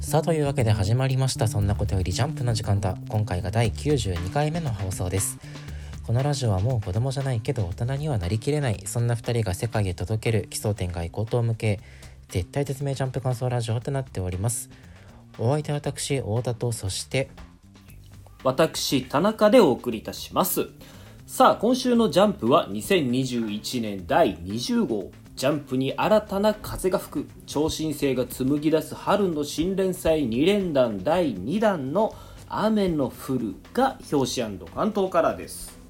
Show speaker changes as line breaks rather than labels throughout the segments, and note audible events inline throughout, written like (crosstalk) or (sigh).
さあというわけで始まりました「そんなことよりジャンプの時間だ」今回が第92回目の放送ですこのラジオはもう子供じゃないけど大人にはなりきれないそんな2人が世界へ届ける奇想天外高等向け絶対絶命ジャンプ感想ラジオとなっておりますお相手は私太田とそして
私田中でお送りいたしますさあ今週の「ジャンプ」は2021年第20号ジャンプに新たな風が吹く超新星が紡ぎ出す春の新連載2連弾第2弾の「雨の降る」が表紙関東からです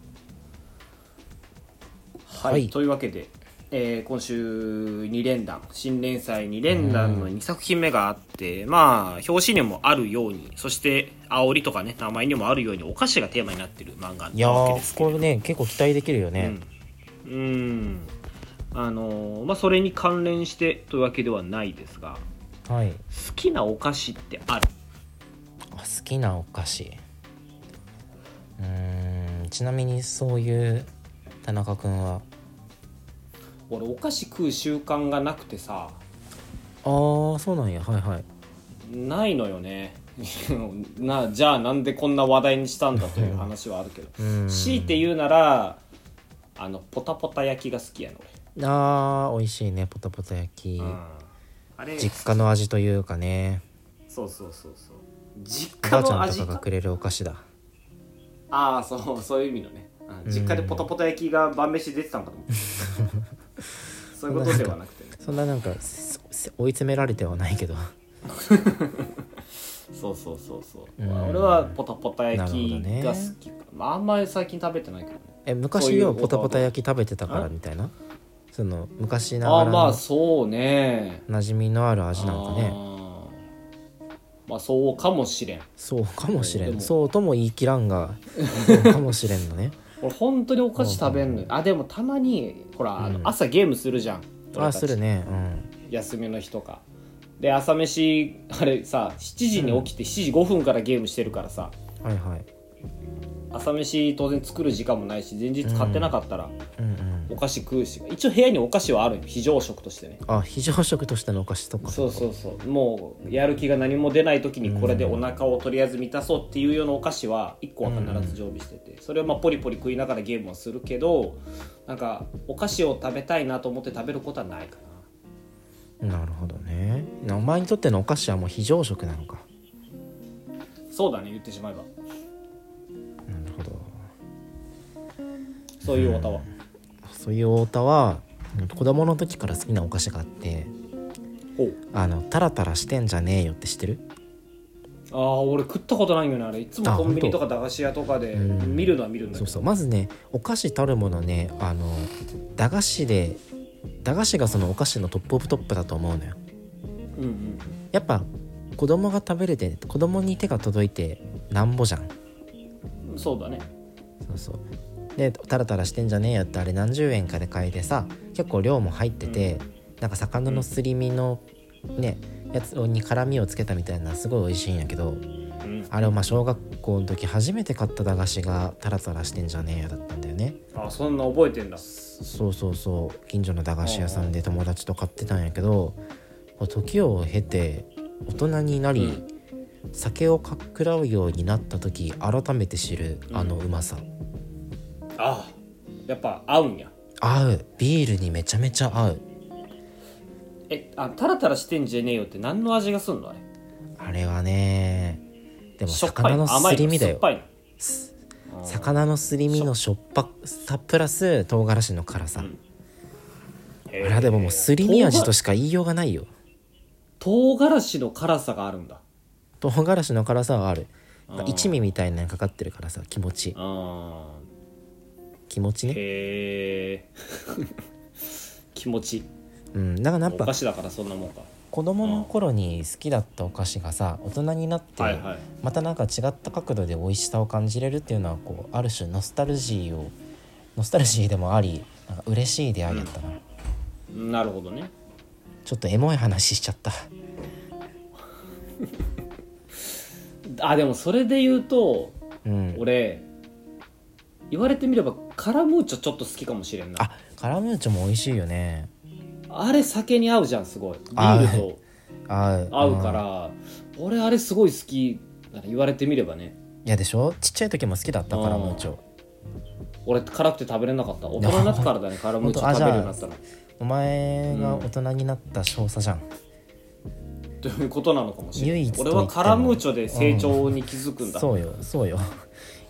はい、
はい
というわけで、えー今週2連弾新連載2連弾の2作品目があって、まあ表紙にもあるようにそして煽りとかね名前にもあるようにお菓子がテーマになってる漫画
いや
なわけです
ー
けれ
こ
ど
れね結構期待できるよね、
うんうんあのーまあそれに関連してというわけではないですが
はい
好きなお菓子ってある
あ好きなお菓子うーんちなみにそういう田中くんは
俺お菓子食う習慣がなくて
あ
さ
あそうなんやはいはい
ないのよね (laughs) なじゃあなんでこんな話題にしたんだという話はあるけど
うん
強いて言うならあのポタポタ焼きが好きやの
あー美味しいねポタポタ焼き、
俺、あれ
実家の味というかね
そうそうそうそう実
おば
家
あち
の
ゃんと
味
かがくれるお菓子だ
ああそうそういう意味のね、うん
うん
実家でポタポタ焼きが晩飯出てたのかと思った
(laughs)
そういうことではなくてね
そんななんかすす追い詰められてはないけど
そうそうそうそう、
うん
俺はポタポタ焼き
なる
が
ほど
好
ね
きか、まああんまり最近食べてないけどね
え
そう
昔
いう
よ
お
ポタポタ焼き食べてたからみたいなその昔なが
あ
ら
ーまあ
の
そうね
馴染みのある味なんかね
あーまあそうかもしれん
そうかもしれ
で
ん
も
そうとも言い切らんがそうかもしれんのね
(laughs) 俺本当にお菓子食べんのよあでもたまにほら、あの
うん
朝ゲームするじゃん俺
あ
た
ー
ち
するねうん
休みの日とかで朝飯あれさ7時に起きて7時5分からゲームしてるからさ
はいはい
朝飯当然作る時間もないし前日買ってなかったら
うんうん
お菓子食うし、一応部屋にお菓子はあるよ非常食としてね
あ非常食としてのお菓子とか
そうそうそうもうやる気が何も出ない時にこれでお腹をとりあえず満たそうっていうようなお菓子は1個は必ず常備しててそれをまあポリポリ食いながらゲームはするけどなんかお菓子を食べたいなと思って食べることはないかな
なるほどねお前にとってのお菓子はもう非常食なのか
そうだね言ってしまえば
なるほど
そういうおたは
そういう太田は子供の時から好きなお菓子があって
ほう
あのタラタラしてんじゃねえよって知ってる
ああ俺食ったことないよねあれいつもコンビニ
あ
と
本
か駄菓子屋とかで
うん
見るのは見るんだ
そ
け
う
ど
そうまずねお菓子たるものねあの駄菓子で駄菓子がそのお菓子のトップオブトップだと思うのよ
うんうん
やっぱ子供が食べれて子供に手が届いてなんぼじゃん
うんそうだね
そうそうでタラタラしてんじゃねえよってあれ何十円かで買えてさ結構量も入ってて、なんか魚のすり身のねやつに辛みをつけたみたいなすごい美味しいんやけど
うん
あれをまあ小学校の時初めて買った駄菓子がタラタラしてんじゃねえよだったんだよね
あそんな覚えてんだ
そうそうそう近所の駄菓子屋さんで友達と買ってたんやけどこう時を経て大人になり、
うん
酒をかっくらうようになった時改めて知るあのうまさ、
ああやっぱ合うんや
合うビールにめちゃめちゃ合う
えあタラタラしてんじゃねえよって何の味がすんのあれ
あれはねでも
しょっぱ
魚
い
の
の甘
す
い
り
の
身だ
酸っ
よ
ぱいの
す
うん
魚のすり身のしょっぱさプラス唐辛子の辛さ、
うん
あれはでももうすり身味としか言いようがないよ
唐辛子の辛さがあるんだ
唐辛子の辛さはある
うん
一味みたいなのかかってるからさ気持ちいい
あ
気持ち
ー
ね
へえ (laughs) 気持ちいい
うんだからやっ
お
ぱ
菓子だからそんなもんか
子供の頃に好きだったお菓子がさ大人になって
はいはい
またなんか違った角度で美味しさを感じれるっていうのはこうある種ノスタルジーをノスタルジーでもありなんか嬉しい出会いだったな、
なるほどね
ちょっとエモい話しちゃった
あでもそれで言うと
うん
俺言われてみればカラムーチョちょっと好きかもしれんなあ
あカラムーチョも美味しいよね
れ酒に合うじゃんすごいビ
合う
ールと
合う
合うから、俺あれすごい好きだね言われてみればね
いやでしょちっちゃい時も好きだったから
うん
ムーチョ
俺辛くて食べれなかった大人になってからだねカラムーチョ食べるようになったの
お前が大人になった少佐じゃん、
ということなのかもしれな
唯
い
一と言
俺
っても
はカラムーチョで成長に気づくんだ、
そうよそうよ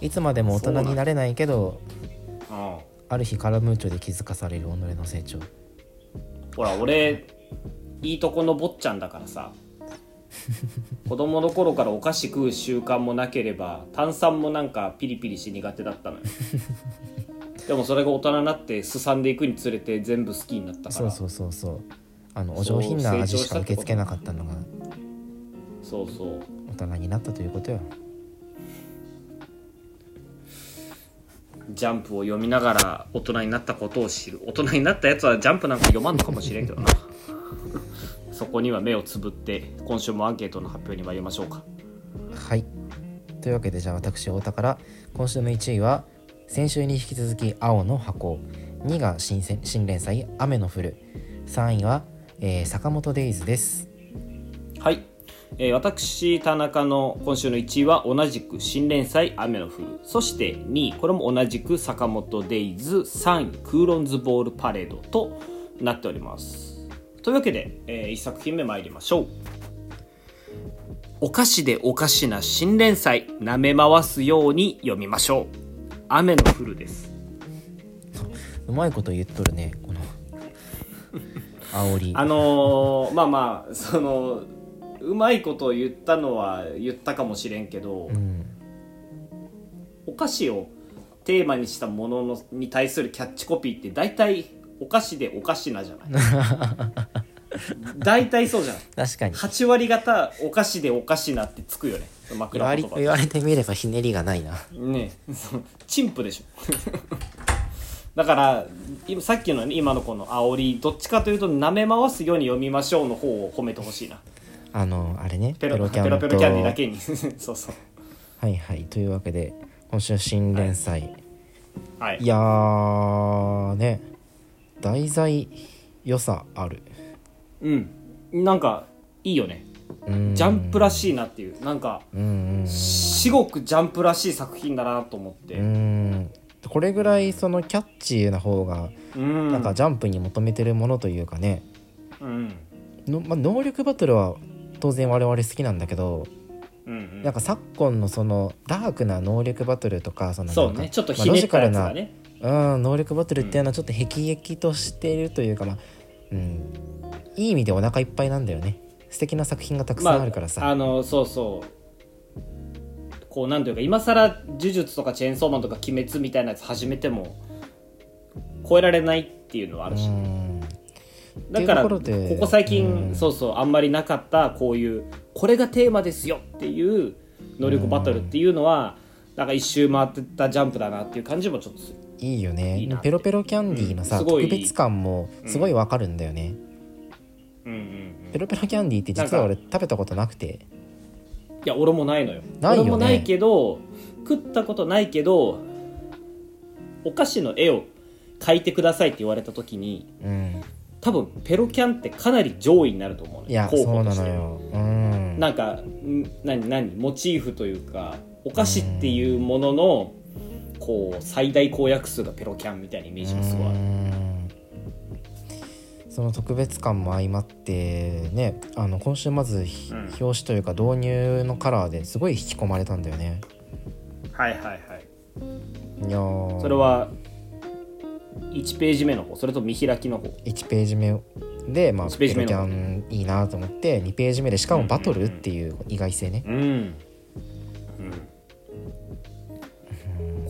いつまでも大人になれないけど
うん
ある日カラムーチョで気づかされる己の成長
ほら俺いいとこの坊ちゃんだから
(laughs)
さ子供の頃からお菓子食う習慣もなければ炭酸もなんかピリピリし苦手だったの
(laughs)
よでもそれが大人になってすさんでいくにつれて全部好きになったから
そうそうそうそうあのお上品な
そう
味
成長
し
した
か
って
受
こと
け付けなかったのが
そうそう
大人になったということよ
ジャンプを読みながら大人になったことを知る大人になったやつはジャンプなんか読まんのかもしれんけどなそこには目をつぶって今週もアンケートの発表に参りましょうか
はいというわけでじゃあ私太田から今週の1位は先週に引き続き「青の箱」2位が新鮮新連載「雨の降る」3位は、えー坂本デイズ」です
はい、えー私田中の今週の1位は同じく新連載「雨の降る」そして2位これも同じく坂本デイズ3位「クーロンズボールパレード」となっておりますというわけで、え1作品目参りましょうお菓子でおかしな新連載舐め回すように読みましょう雨の降るです
うまいこと言っとるね
(laughs)
この煽り
あのーまあまあそのうまいことを言ったのは言ったかもしれんけど、
うん
お菓子をテーマにしたもののに対するキャッチコピーって大体お菓子でおかしなじゃない
(laughs)
大体そうじゃない
確かに
8割方お菓子でおかしなってつくよね
言
枕
われ
言
言
葉
われてみればひねりがないな
ねえそう陳腐でしょ (laughs) だから今さっきのね今のこの煽りどっちかというと舐め回すように読みましょうの方を褒めてほしいな
(laughs) あのあれね
ペロペロ
キ
ペ
ャン
ロ
と
ペロキャンディーだけに (laughs) そうそう
はいはいというわけで今週は新連載、
はい
いやーね題材良さある
うんなんかいいよね
うん
ジャンプらしいなっていうなんか
うんうん
至極ジャンプらしい作品だなと思って、
うんうんこれぐらいそのキャッチーな方が
うん
なんかジャンプに求めてるものというかね、
うん
のまあ、能力バトルは当然我々好きなんだけど、
うんうん
なんか昨今のそのダークな能力バトルとかその
そう
なん
ね
か
ちょっと
まあ
ひねったや
ロジ
つ
カ
が
ルな
ね、
うん、能力バトルっていうのはちょっと辟易としているというか、まあうん、いい意味でお腹いっぱいなんだよね素敵な作品がたくさんあるからさ、
あのそうそうこうなんていうか今更呪術とかチェーンソーマンとか鬼滅みたいなやつ始めても超えられないっていうのはあるし、
うん
だから
っていうとこ
こ
ろで
こ最近、
うん
そうそうあんまりなかったこういうこれがテーマですよっていう能力バトルっていうのは、なんか一周回ってたジャンプだなっていう感じもちょっとする
いいよね
いいなって
ペロペロキャンディーのさ、
うんすごい
特別感もすごいわかるんだよね、
うんうん
ペロペロキャンディーって実は俺食べたことなくて
いや俺もないのよ
ないよね
俺もないけど食ったことないけどお菓子の絵を描いてくださいって言われた時に
うん
多分ペロキャンってかなり上位になると思うの
いや
候
そ
補
う
と
な
して
のようん
なんかん何何モチーフというかお菓子っていうもののこう最大公約数がペロキャンみたいなイメージがすごいある
うんその特別感も相まってねあの今週まずひ、
うん
表紙というか導入のカラーですごい引き込まれたんだよね
はいはいはい
いやー
それは1ページ目の方それと見開きの方
1ページ目で、まあ、
1ペ
ペ
ージ
ロ
目
キ
の
ャンいいなと思って2ページ目でしかもバトルっていう意外性ね、
うん、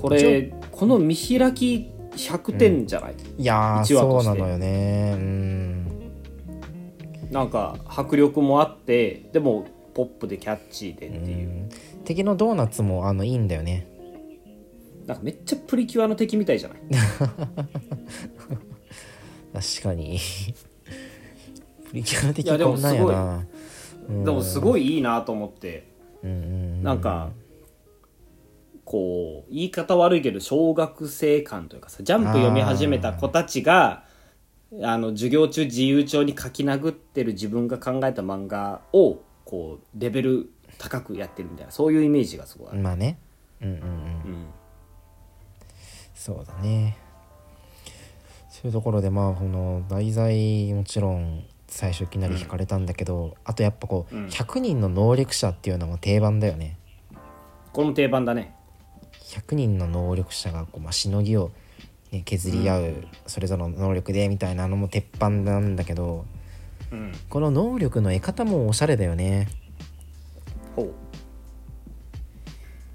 これこの見開き100点じゃない、
いやー
一話
そ
と
う
して
なのよねうん
なんか迫力もあってでもポップでキャッチーでっていう、
敵のドーナツもあのいいんだよね
なんかめっちゃプリキュアの敵みたいじゃない
確かにプリキュア的
いやで
こ
も
ん
す
な
ご
ん
い
やな
でもすごいいいなと思って
うんうん
なんかこう言い方悪いけど小学生感というかさジャンプ読み始めた子たちがあの授業中自由帳に書き殴ってる自分が考えた漫画をここうレベル高くやってるみたいなそういうイメージがすごいある、
まあねうんうんうん
うん
そうだねそういうところでまあこの題材もちろん最初いきなり惹かれたんだけど、あとやっぱこう、
うん
100人の能力者っていうのも定番だよね
これも定番だね
100人の能力者がこう、まあ、しのぎを、ね、削り合う、それぞれの能力でみたいなのも鉄板なんだけど
うん
この能力の得方もおしゃれだよね
ほう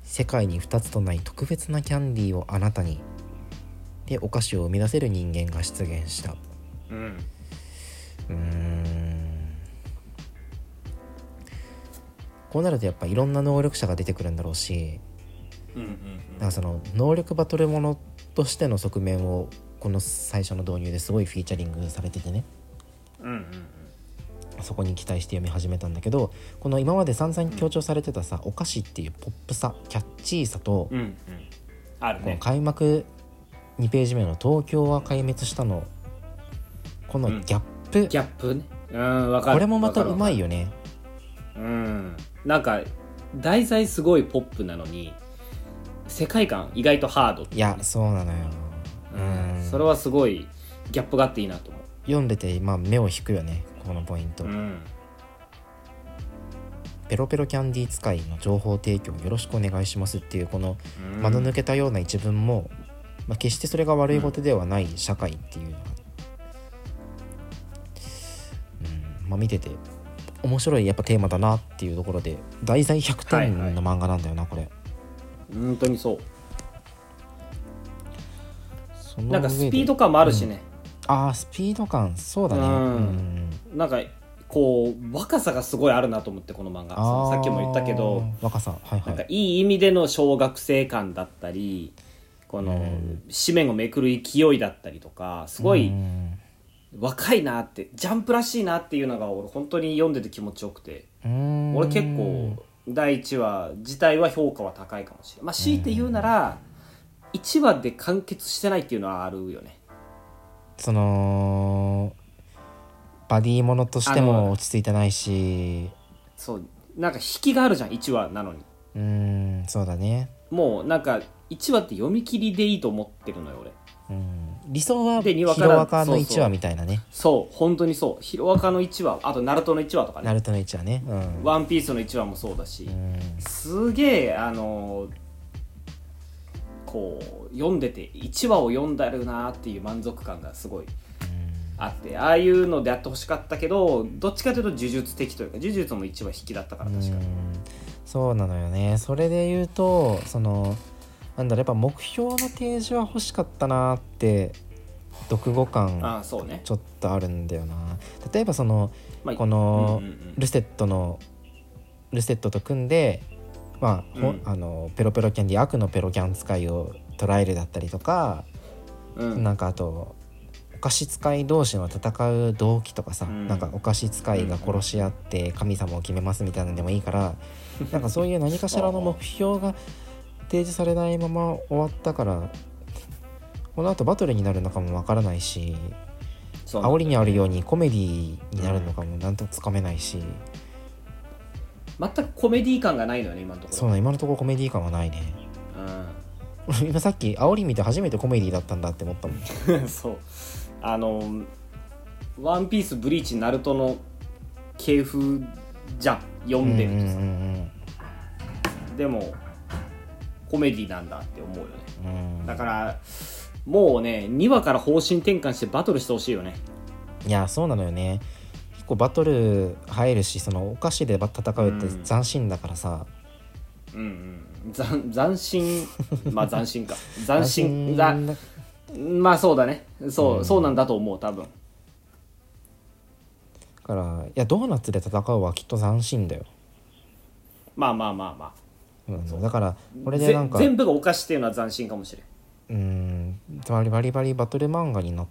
世界に2つとない特別なキャンディーをあなたにでお菓子を生み出せる人間が出現した
うん
うーんこうなるとやっぱいろんな能力者が出てくるんだろうし
うんうん
なんかその能力バトルものとしての側面をこの最初の導入ですごいフィーチャリングされててね
うんうん
そこに期待して読み始めたんだけどこの今まで散々強調されてたさお菓子っていうポップさキャッチーさと
うんうんうんある
この
ね
開幕2ページ目の「東京は壊滅したの」この
うん
ギャップ
ギャップねうんわかる
これもまたうま
い
いよね
うんなんか題材すごいポップなのに世界観意外とハードって
いやそうなのよ
うん
うん
それはすごいギャップがあっていいなと思
読んでて、まあ、目を引くよねこのポイント、
ううん
ペロペロキャンディー使いの情報提供よろしくお願いしますっていうこの
うん
窓抜けたような一文も、まあ、決してそれが悪いことではない社会っていうのが、うんまあ、見てて面白いやっぱテーマだなっていうところで題材100
はい
点
は
の
い
漫画なんだよなこれ
本当にそう
その
なんか
上で
スピード感もあるしね、
あースピード感そうだね
う
うんんうん
なんかこう若さがすごいあるなと思ってこの漫画そのさっきも言ったけど
あー若さはいは
なんか
い
いい意味での小学生感だったりこ
う
の
ん
紙面をめくる勢いだったりとかすご
う
い
ん
若いなってジャンプらしいなっていうのが俺本当に読んでて気持ちよくて
うん
俺結構第1話自体は評価は高いかもしれないまあ強いて言うなら1話で完結してないっていうのはあるよね
そのバディものとして
あ
も
の
落ち着いてないし
そうなんか引きがあるじゃん1話なのに
うーんそうだね、
もうなんか1話って読み切りでいいと思ってるのよ俺
うん、理想は
で
ヒ
に
ロ
わから
アカ
そ
の
うそう
1話みたいなね
そう本当にそうヒロアカの1話あとナルトの1話とか
ナ
ね
ルトの1話ねうん
ワンピースの1話もそうだし
うん
すげえあのーこう読んでて1話を読んだるなーっていう満足感がすごいあってああいうのでやってほしかったけどどっちかというと呪術的というか呪術も1話引きだったから確か
う
に
んそうなのよねそれで言うとそのなんだろうやっぱ目標の提示は欲しかったなって読後
あ
感
あそうね
ちょっとあるんだよな例えばその
まあ
この
うんうんうん
ルセットのルセットと組んで、まあほ
うん
あのペロペロキャンディ悪のペロキャン使いを捕らえるだったりとか、
うん
なんかあとお菓子使い同士の戦う動機とかさ、
うん
なんかお菓子使いが殺し合って神様を決めますみたいなのでもいい
(laughs)
から、なんかそういう何かしらの目標が提示されないまま終わったからこの後バトルになるのかもわからないし
そうなんだ
煽りにあるようにコメディになるのかもなんともつかめないし。
全くコメディ感がないのよね今のところ
そうだ今のところコメディ感はないね (laughs)
うん
俺今さっき煽り見て初めてコメディだったんだって思ったもん
(laughs) そうあの「ワンピースブリーチナルトの系譜じゃん読んでるとさ、
うん
でもコメディなんだって思うよね
うんうんうん
だからもうね2話から方針転換してバトルしてほしいよね
いやそうなのよね結構バトル入るしそのお菓子でば戦うって
うん
斬新だからさ、
うんうんざ
(laughs)
ん斬新まあ斬新か斬新
斬
だ
新だ
まあそうだねそう、
うん
そうなんだと思う多分
からいやドーナツで戦うはきっと斬新だよ、
まあまあまあま
うん、だから
あ
これでなんか
ぜ全部がお菓子っていうのは斬新かもしれん
うんバリバリバリバトル漫画にな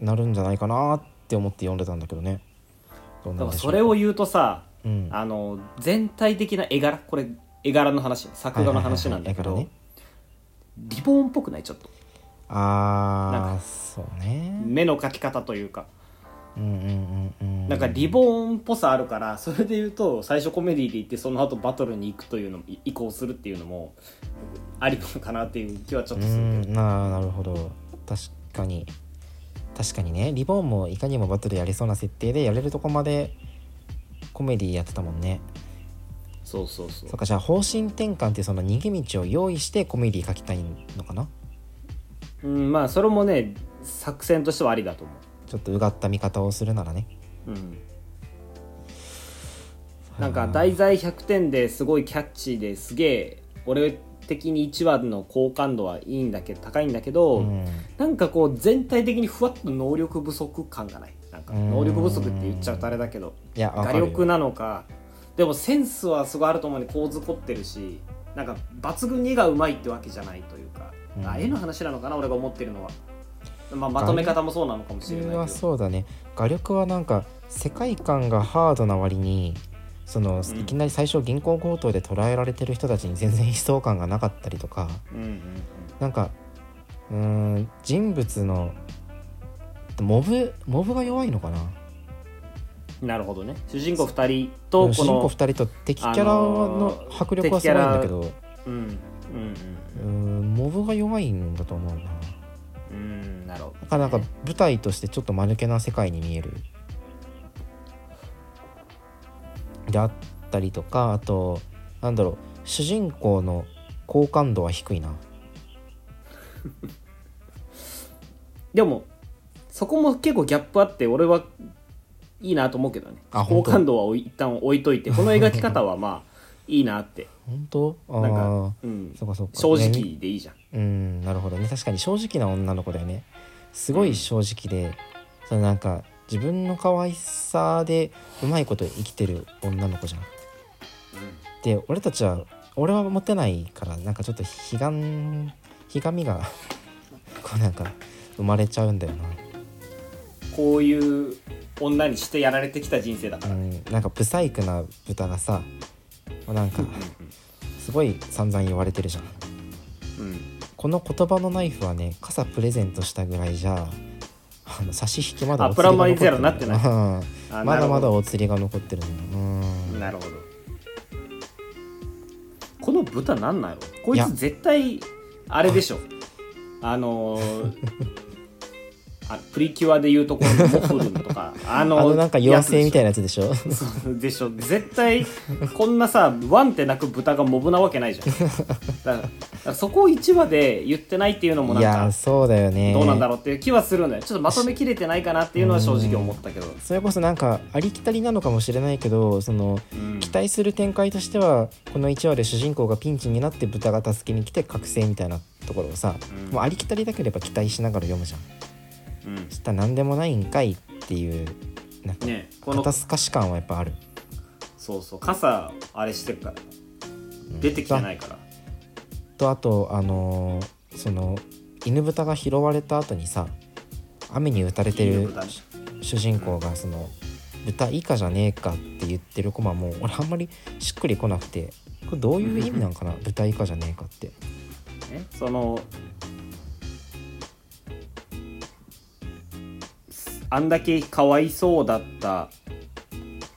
なるんじゃないかなって思って読んでたんだけどねどうなん
だから
でしょ
そうれを言うとさ
うん
あの全体的な絵柄これ絵柄の話作画の話なんだけど、
はいはいはい
リボンっぽくないちょっと
あ
なん
あそうね
目の描き方というか
うんうんうんうんうん
なんかリボンっぽさあるからそれで言うと最初コメディで行ってその後バトルに行くというのもい移行するっていうのもありなのかなっていう気はちょっ
う
とするけ
ん
ど
なあなるほど確かに確かにねリボンもいかにもバトルやりそうな設定でやれるとこまでコメディやってたもんね
そうそうそう
そうかじゃあ方針転換っていうその逃げ道を用意してコメディ書きたいのかな
うんまあそれもね作戦としてはありだと思
ちょっとうがった見方をするならね
ううんなんか題材100点ですごいキャッチーですげえ俺的に1話の好感度はいいんだけど高いんだけど、
うん
なんかこう全体的にふわっと能力不足感がないなんか
うん
能力不足って言っちゃうとあれだけど
いやわ
画
かるよ
力なのかでもセンスはすごいあると思うに構図凝ってるしなんか抜群に絵がうまいってわけじゃないというか、
うん
あ絵の話なのかな俺が思ってるのは、まあ、まとめ方もそうなのかもし
そ
れない
れ
けど
はそうだね画力はなんか世界観がハードな割にその
うん
いきなり最初銀行強盗で捕らえられてる人たちに全然悲壮感がなかったりとか
うんうんうん
なんかうーん人物のモブモブが弱いのかな
なるほどね主人公2人と
うん
こ
主人公
の
2人と敵キャラの迫力はすごいんだけど、
うんうん
うーんモブが弱いんだと思うな
うんうんなるほど
だからなんか舞台としてちょっと間抜けな世界に見えるであったりとかあとなんだろう主人公の好感度は低いな
でもそこも結構ギャップあって俺はいいなと思うけどね
あ
好
本当
感度はおい一旦置いと
(laughs)
いてこの描き方はまあいいなって
本当 (laughs) あ
なん
あ
か、うん、
そうかそうか
正
ねみ
直でいいじゃん
うんなるほどね確かに正直な女の子だよねすごい正直で、そのなんか自分の可愛さでうまいこと生きてる女の子じゃんで俺たちは俺は持てないからなんかちょっとひがんひがみがこうなんか生まれちゃうんだよ
こういう女にしてやられてきた人生だか
な、う
ら、うん
ん、なんかブサイクな豚がさもうなんかすごい散々言われてるじゃんこの言葉のナイフはね傘プレゼントしたぐらいじゃあの差し引きまだ
あプラマイゼロになってない
い
あ
まだまだ
なるほ
お釣りが残ってるんだよ
ど
うん
なるほどこの豚なんなんやろこい
いや
つ絶対あれでしょあのーあプリキュアでいうところのモフルンとかあ
(laughs)
の
あのなんか妖精みたい
い
なやつでしょ
でしょ絶対こんなさワンってなく豚がモブなわけないじゃんだからだからそこを1話で言ってないっていうのもないんか
やそうだよね
どうなんだろうっていう気はするのよちょっとまとめきれてないかなっていうのは正直思ったけど、
それこそなんかありきたりなのかもしれないけどその
うん
期待する展開としてはこの1話で主人公がピンチになって豚が助けに来て覚醒みたいなところをさ、
うん
もうありきたりだければ期待しながら読むじゃん
うん
そしたら何でもないんかいっていうなんか
ねこの
肩透かし感はやっぱある
そうそう傘あれしてるから出てきてないから、
とあとあのーその犬豚が拾われた後にさ雨に打たれて
犬
る
豚ね
主人公がその豚以下じゃねえかって言ってるコマも俺あんまりしっくりこなくてこれどういう意味なんかな豚以下じゃねえかって
ねそのあんだけかわいそうだった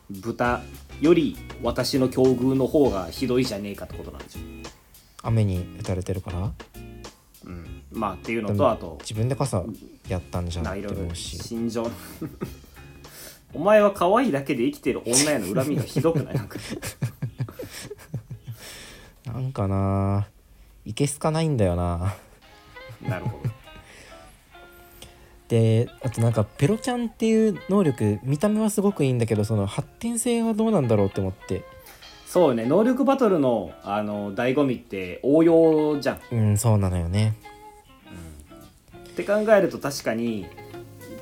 豚より私の境遇の方がひどいじゃねえかってことなんでしょ、
雨に打たれてるから
うん、まあっていうの
で
と
も
あと
自分で傘やったんじゃ
な
なんい
かい
って
ろい
思
ろ
うし
心情 (laughs) お前は可愛いだけで生きてる女への恨みがひどくない (laughs) なんか
(laughs) なんかないけすかないんだよな
なるほど
であとなんかペロちゃんっていう能力見た目はすごくいいんだけどその発展性はどうなんだろうって思って
そうね能力バトルのあの醍醐味って応用じゃんっ
うんそうなのよね
て考えると確かに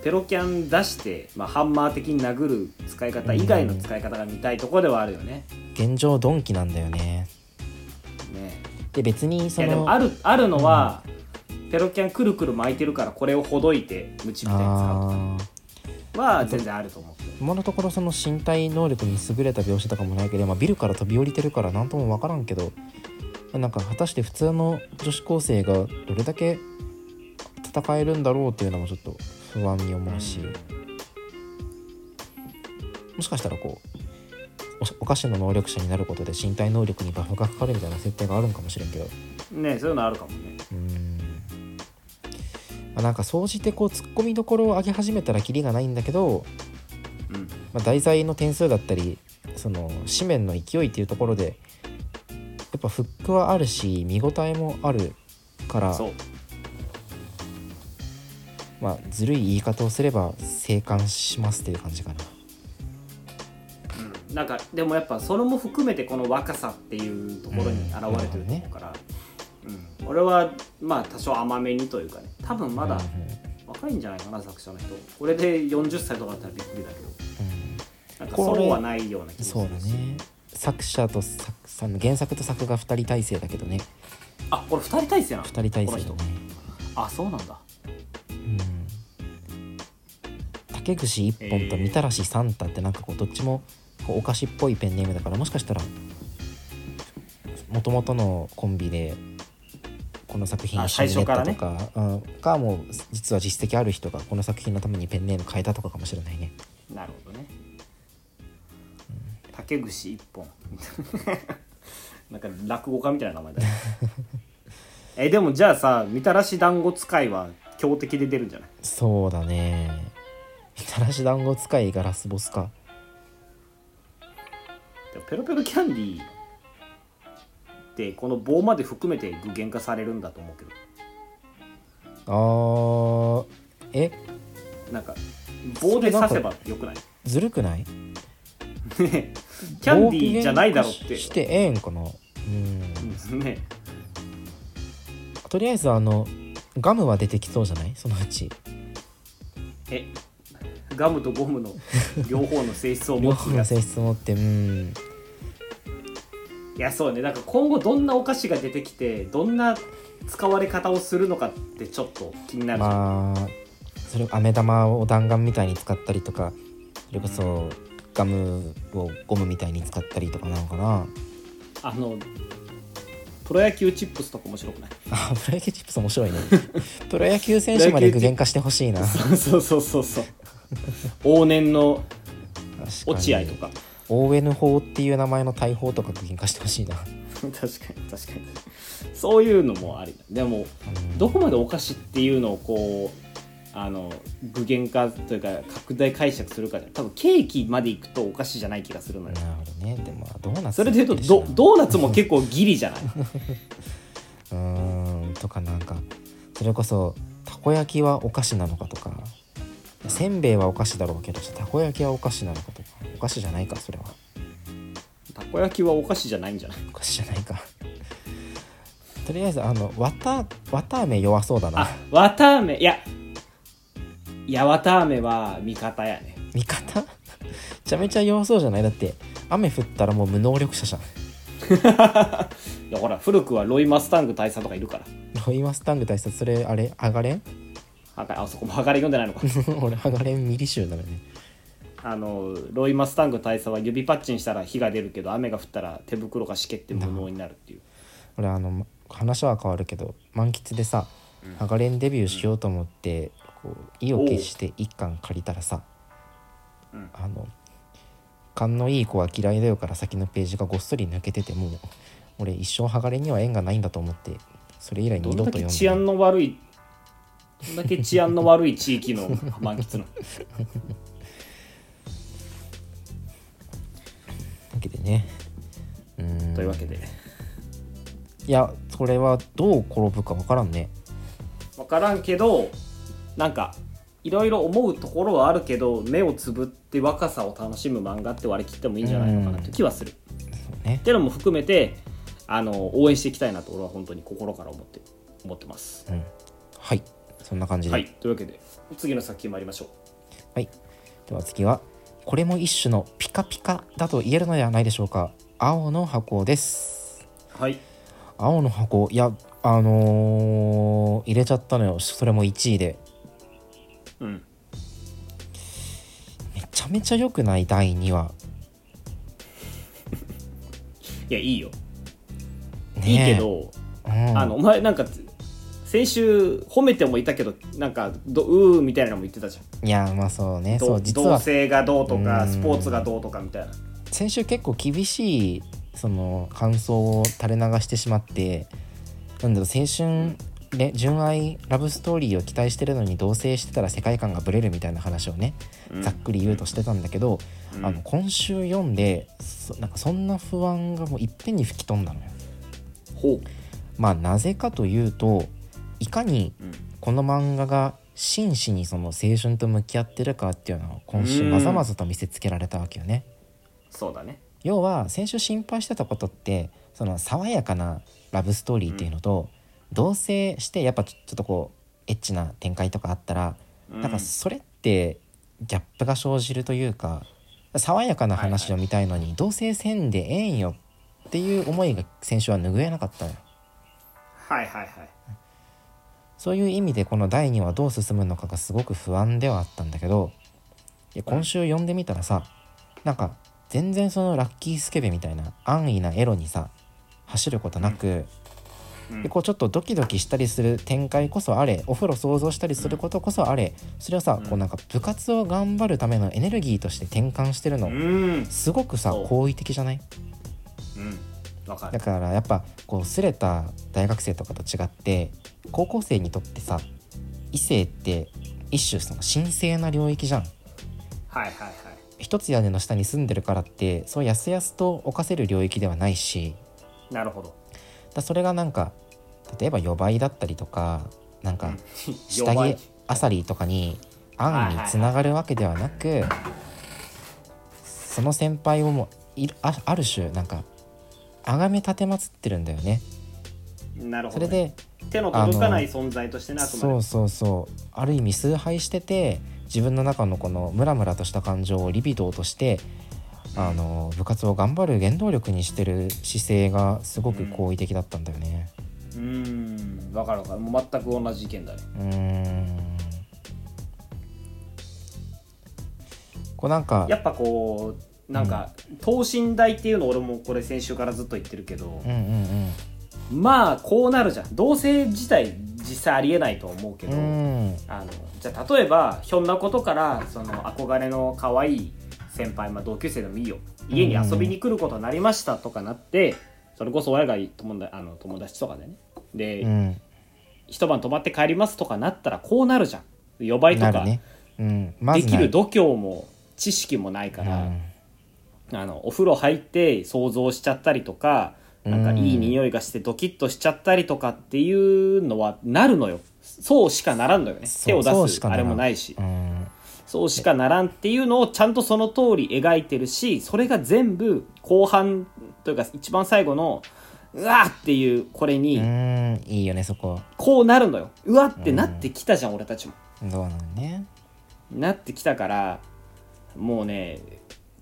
ペロキャン出して、まあ、ハンマー的に殴る使い方以外の使い方が見たいところではあるよね。
現状ドンキなんだよね
ね
で別に
い
そ
やで
の
もあるあるのは、ペロキャンくるくる巻いてるからこれをほどいてムチみたいに使
あー
うとかは全然あると思うけど
今のところその身体能力に優れた描写とかもないけど、まあ、ビルから飛び降りてるから何とも分からんけどなんか果たして普通の女子高生がどれだけ戦えるんだろうっていうのもちょっと不安に思うし、もしかしたらこうおお菓子の能力者になることで身体能力にバフがかかるみたいな設定があるんかもしれんけどう
ねそういうのあるかもね
ーんまあなんか総じてこうツッコミどころを上げ始めたらキリがないんだけど、
うん
まあ、題材の点数だったりその紙面の勢いっていうところでやっぱフックはあるし見応えもあるから
そう
まあ、ずるい言い方をすれば生還しますっていう感じかな
うんなんかでもやっぱそれも含めてこの若さっていうところに現れてると思うから、うん、俺はまあ多少甘めにというかね多分まだ
うんうん
若いんじゃないかな作者の人これで40歳とかだったらびっくりだけどなんか
これ
そうはないような気
うん
がす
そう
る
だね作者と作さん原作と作画2人体制だけどね
あこれ2人体制なの
2人体
この
制
人
だね、
あそうなんだ
うん、竹串1本とみたらしサンタってなんかこうどっちもこうお菓子っぽいペンネームだからもしかしたらもともとのコンビでこの作品
あ
一緒に練った
最
と
初か
かうんがもう実は実績ある人がこの作品のためにペンネーム変えたとかかもしれないね
なるほどね竹串一本 (laughs) なんか落語家みたいな名前だね (laughs) えでもじゃあさみたらし団子使いは強敵で出るんじゃない
そうだねみたらし団子使いがラスボスか
でもペロペロキャンディーってこの棒まで含めて具現化されるんだと思うけど
あーえ
なんか棒で刺せばよくない
ずるくない
キャンディーじゃないだろうっ
冒険
て
ししてええんかなうん
うんね
とりあえずあのガムは出てきそうじゃないそのうち
えガムとゴムの両方の性質を
両
持つ
方の
やつ
性質持ってうん
いやそうねだから今後どんなお菓子が出てきてどんな使われ方をするのかってちょっと気になるじゃん、
まあそれ飴玉を弾丸みたいに使ったりとかそれこそガムをゴムみたいに使ったりとかなのかな
あ、のプロ野球チップスとか面白くない (laughs)
あプロ野球チップス面白いねプロ野球選手まで具現化してほしいな
そうそうそうそう往年の落合とか
大江の法っていう名前の大砲とか具現化してほしいな
(laughs) 確かに確かにそういうのもありだでもどこまでお菓子っていうのをこうあの具現化というか拡大解釈するかじゃん多分ケーキまでいくとお菓子じゃない気がするの
な
よ
るほどねでもまあドーナツ
それでいうと
し
ド
な
ドーナツも結構ギリじゃない
うーんとかなんかそれこそたこ焼きはお菓子なのかとかせんべいはお菓子だろうけどたこ焼きはお菓子なのかとかお菓子じゃないかそれは
たこ焼きはお菓子じゃないんじゃない
お菓子じゃないかとりあえずあの綿綿飴弱そうだな
あわたあめいやいやわたあめは味方やね
味方めちゃめちゃ弱そうじゃないだって雨降ったらもう無能力者じゃん
いやほら古くはロイ・マスタング大佐とかいるから
ロイマスタング大佐それあれハガレン
はがあそこもはがれ読んでないのか
(laughs) 俺ハガレンミリ集なのね
あのロイ・マスタング大佐は指パッチンしたら火が出るけど雨が降ったら手袋がしけって無能になるっていう
俺あのま話は変わるけど満喫でさハガレンデビューしようと思ってこう意を決して一巻借りたらさ
うん
あの「勘のいい子は嫌いだよ」から先のページがごっそり抜けててもう俺一生ハガレンには縁がないんだと思ってそれ以来
ど
二
ん
度
だ
と
け
読ん
治
でない
安の悪いどんだけ治安の悪い地域の満
(laughs)
喫なの
わけでねうーん
というわけで
いやそれはどう転ぶか分からんね
分からんけどなんかいろいろ思うところはあるけど目をつぶって若さを楽しむ漫画って割り切ってもいいんじゃないのかなって気はする。
そうね
っていうのも含めてあの応援していきたいなと俺は本当に心から思って思ってます。
うんはいそんな感じで
はい、というわけで次の作品参りましょう。
はい、では次はこれも一種のピカピカだと言えるのではないでしょうか青の箱です
はい、
青の箱いやあのー入れちゃったのよそれも1位で
うん、
めちゃめちゃ良くない第2話
いやいいよ、
ねえ
いいけど、
うん
あのお前なんか先週褒めてもいたけどなんかどうーみたいなのも言ってたじゃん
いやまあそうねそ
ど
う実
同
は
性がどうと
う
か
ん
スポーツがどうとかみたいな
先週結構厳しいその感想を垂れ流してしまってなんだろう青春れ純愛ラブストーリーを期待してるのに同棲してたら世界観がブレるみたいな話をね
うん
ざっくり言うとしてたんだけど、
うん
あの今週読んでそなんかそんな不安がもういっぺんに吹き飛んだのよ。
ほ
まあなぜかというといかに
う、うん
この漫画が真摯にその青春と向き合ってるかっていうのを今週
うん
まざまざと見せつけられたわけよね。
そうだね
要は先週心配してたことってその爽やかなラブストーリーっていうのと、同棲してやっぱちょちょっとこうエッチな展開とかあったら、
うん
なんかそれってギャップが生じるというか爽やかな話を見たいのに、同棲せんでええんよっていう思いが先週は拭えなかったのよ
はいはいはい
そういう意味でこの第2話どう進むのかがすごく不安ではあったんだけどいや今週読んでみたらさなんか全然そのラッキースケベみたいな安易なエロにさ走ることなく、
うん
でこうちょっとドキドキしたりする展開こそあれお風呂想像したりすることこそあれそれをさ、
うん
こうなんか部活を頑張るためのエネルギーとして転換してる
う
の
ん
すごくさ
そう
好意的じゃない
うんわか
だ
る
からやっぱこうすれた大学生とかと違って高校生にとってさ異性って一種その神聖な領域じゃん
はいはいはい
一つ屋根の下に住んでるからってそうやすやすと犯せる領域ではないし
なるほど
だそれがなんか例えば予売だったりとかなんか下
弱
着
い
あさりとかに案につながるわけではなくその先輩をもういあある種なんか崇め立てまつってるんだよね。
なるほ
そ
ど
れ
ね、
で
手の届かない存在としてなあくま
そうそうそうある意味崇拝してて自分の中のこのムラムラとした感情をリビドーとしてあの部活を頑張る原動力にしてる姿勢がすごく好意的だったんだよね。
でうんわかるわかるもう全く同じ意見だね
うーんこうなんか
やっぱこうなんか等身大っていうの俺もこれ先週からずっと言ってるけど
うん、うんうん
まあこうなるじゃん同性自体実際ありえないと思うけ
う
ど、
ん
あのじゃあ例えばひょんなことからその憧れの可愛い先輩、まあ、同級生でもいいよ家に遊びに来ることになりましたとかなって、それこそ親が友だあの友達とかでねで、
うん
一晩泊まって帰りますとかなったらこうなるじゃん呼ばいと
な
か
るね。うん、まず
で
な
き
い
る度胸も知識もないから、あのお風呂入って想像しちゃったりとかなんかいい匂いがしてドキッとしちゃったりとかっていうのはなるのよそうしかならんのよね
そう
手を
そう
出
し
す
かな
あ
ら
れ
ん
もないし
うんうん
そうしかならんっていうのをちゃんとその通り描いてるしそれが全部後半というか一番最後のうわーっていうこれ
う
に
んいいよねそこ
こうなるのようわってなってきたじゃん俺たちも
どうなのね。
なってきたからもうね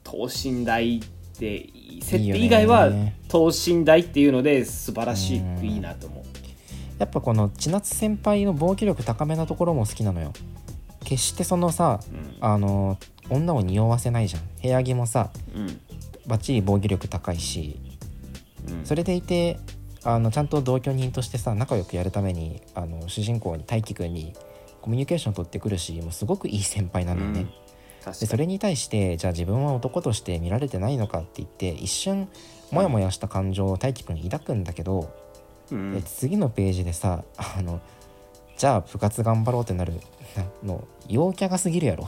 等身大って設定以外
いい
は
よね
等身大っていうので素晴らしくいいなと思う
やっぱこの千夏先輩の防御力高めなところも好きなのよ決してそのさあの女を匂わせないじゃん部屋着もさ
うんうん
バッチリ防御力高いし
うん
それでいてあのちゃんと同居人としてさ仲良くやるためにあの主人公に大輝くんにコミュニケーション取ってくるしもうすごくいい先輩なのよね、
うん確か
で
に
それに対してじゃあ自分は男として見られてないのかって言って一瞬モヤモヤした感情を大輝くんに抱くんだけど、
うん
で次のページでさあのじゃあ部活頑張ろうってなるなの陽キャが過ぎるやろ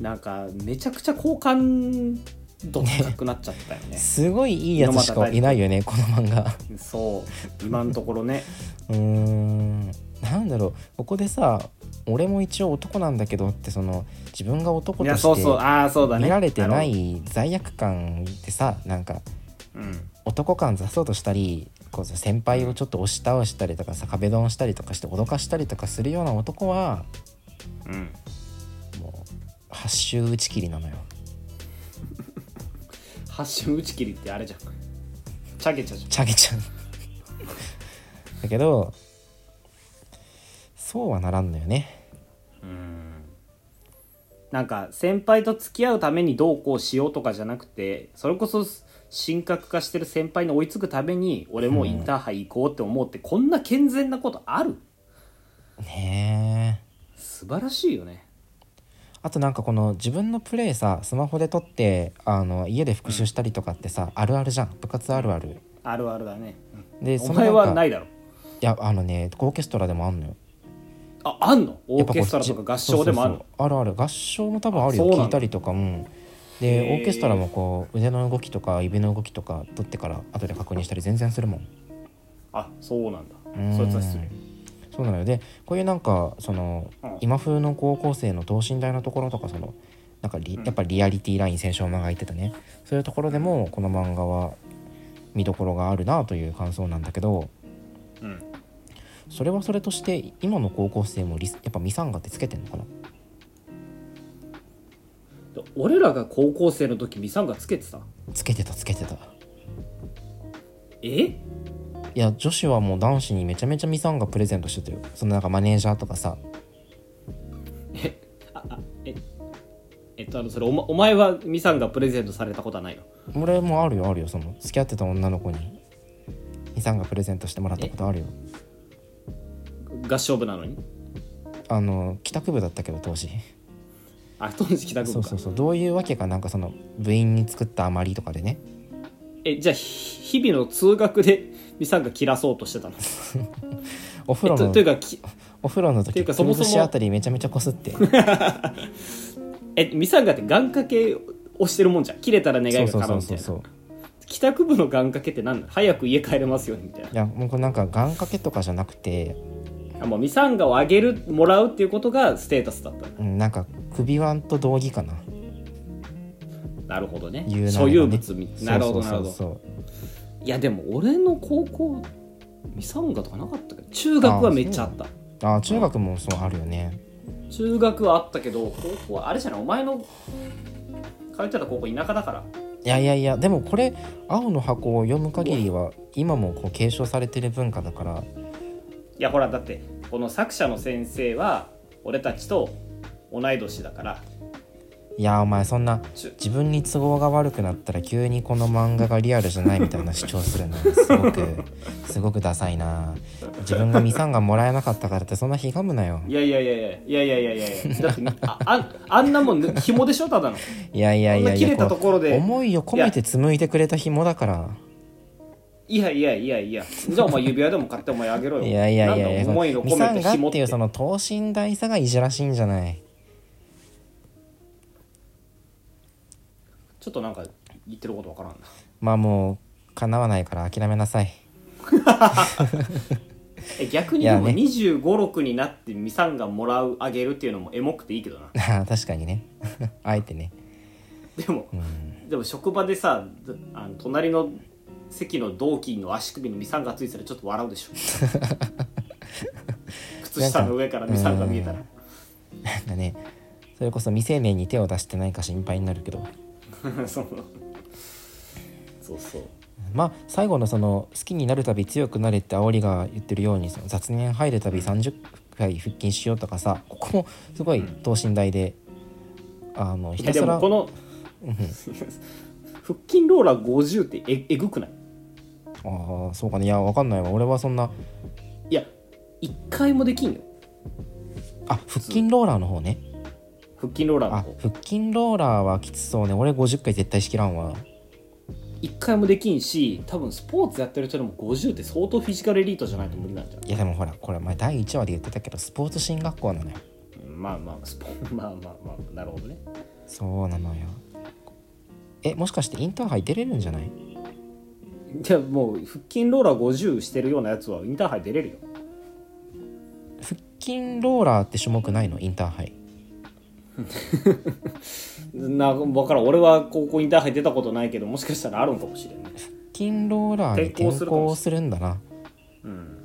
なんかめちゃくちゃ好感度高くなっちゃったよね
(laughs) すごいいいやつしかいないよねこの漫画
そう今のとこ
(laughs)
ろね
うーんなんだろうここでさ俺も一応男なんだけどってその自分が男
い
と
やそう
し
そう
て
ああそうだね
見られてな
る
い罪悪感ってさなんか
ほどうん
男感出そうとしたりこう先輩をちょっと押し倒したりとかさ壁ドンしたりとかして脅かしたりとかするような男は
うん
もう発周打ち切りなのよ。
発信打ち切りってあれじゃんチャゲチャじ
チャゲちゃんだけどそうはならんのよね
ゃんうんなんか先輩と付き合うためにどうこうしようとかじゃなくてそれこそ神格化してる先輩に追いつくために俺もインターハイ行こうって思うってこんな健全なことある
ねえ
素晴らしいよね
あとなんかこの自分のプレーさスマホで撮ってあの家で復習したりとかってさ、あるあるじゃん部活あるある
あるあるだね、
で
お前はないいだろ
いやあのねオーケストラでもあんのよ
ああんのオ
やっ
ー
ぱこう
ケストラとか合唱でもあるの
そうそうそうあるある合唱も多分ある
あそ
よ
うなんだ
聞いたりとかも
へ
で
ー
オーケストラもこう腕の動きとか指の動きとか取ってから後で確認したり全然するもん
あそうなんだ
うん
そいつは失礼
そうなのよでこういうなんかその
うん
今風の高校生の等身大のところとかそのなんかリ
うん
やっぱリアリティライン選手マが言ってたねそういうところでもこの漫画は見どころがあるなという感想なんだけど
うん
それはそれとして今の高校生もリスやっぱミサンガってつけてんのかな
で俺らが高校生の時ミサンガつけてた
つけてたつけてた
え
いや女子はもう男子にめちゃめちゃミサンガプレゼントしてたよそのなんかマネージャーとかさ
ああええっとあのそれお,、ま、お前はミサンがプレゼントされたことはないの
俺もあるよあるよその付き合ってた女の子にミサンガプレゼントしてもらったことあるよ
合唱部なのに
あの帰宅部だったけど当時
あ当時帰宅部
そ
か
うそうそうどういうわけかなんかその部員に作った余りとかでね
えじゃあひ日々の通学で (laughs) ミサンが切らそうとしてたの
お風
え
呂
っと
の
というかき
お風呂の
てい
時
うかそもそも
くるぶしあたりめちゃめちゃこすって
えミサンガって願掛けをしてるもんじゃん切れたら願い
そう
が
そう
叶
そうう
みた
そ
いうな
そう
帰宅部の願掛けって何なの早く家帰れますようにみたいない
やもうこれなんか願掛けとかじゃなくて、
あもうミサンガをあげるもらうっていうことがステータスだった
うん、なんか首輪と同義かな
なるほどね
言うなればね
所有物みなるほど
そう
な
そ
る
うそうそ
ほど
う
いやでも俺の高校ミサンガとかなかったけど中学はめっちゃあった
あー中学もそうあるよね
中学はあったけど高校はあれじゃないお前の通ってた高校田舎だから
いやいやいやでもこれ「青の箱」を読む限りは今もこう継承されてる文化だから
いやほらだってこの作者の先生は俺たちと同い年だから
いやお前そんな
ちゅ
自分に都合が悪くなったら急にこの漫画がリアルじゃないみたいな主張するのすごく (laughs) すごくダサいな自分がミサンがもらえなかったからってそんなひがむなよ
いやいやいやいやいやいやいやいやいやだってあああんなもんね紐でしょただの
いやいやいやい
こんな切れ
や
た
こと
ころ
う
で
思いを込めて紡いでくれた紐だから
いやいやいやいやじゃあお前指輪でも買ってお前あげろよ
いやいやいやい
なん
や
だ思いの
ミサ
込
ン
めて
ガ
紐
っ
ってて
いうその等身大さがいじらしいんじゃない
ちょっとなんか言ってることわからんな
まあもう叶わないから諦めなさい (laughs)
え逆に
い
で
や
も
ね
2 5 6になってミサンガもらうあげるっていうのもエモくていいけどな
あー確かにね (laughs) あえてね (laughs)
でも
うん
でも職場でさずあの隣の席の同期の足首にミサンガついてたらちょっと笑う
(laughs)
でしょ靴下の上からミサンガ見えたら
なんかねそれこそ未成年に手を出してないか心配になるけど
(laughs) そのそうそう
まあ最後のその「好きになるたび強くなれ」って煽りが言ってるようにその雑念入るたび30回腹筋しようとかさここもすごい等身大で、あのひ
いや
た
ですも
ら
この腹筋ローラー50ってええぐくない
ああそうかねいやわかんないわ俺はそんない
や一回もできんよ
あ腹筋ローラーの方ね
腹筋ローラーの
あ
方
腹筋ローラーはきつそうね俺50回絶対しきらんわ
一回もできんし多分スポーツやってる人でも50って相当フィジカルエリートじゃないと無理なんじゃない
いやでもほらこれ前第1話で言ってたけどスポーツ進学校なのよ
まあまあスポまあまあまあなるほどね
そうなのよえもしかしてインターハイ出れるんじゃない
じゃあもう腹筋ローラー50してるようなやつはインターハイ出れるよ
腹筋ローラーって種目ないのインターハイ
な分からん俺は高校インターハイ出たことないけどもしかしたらあるんかもしれんね
腹筋ローラーに
転校す
転
るかも
校するんだな
うん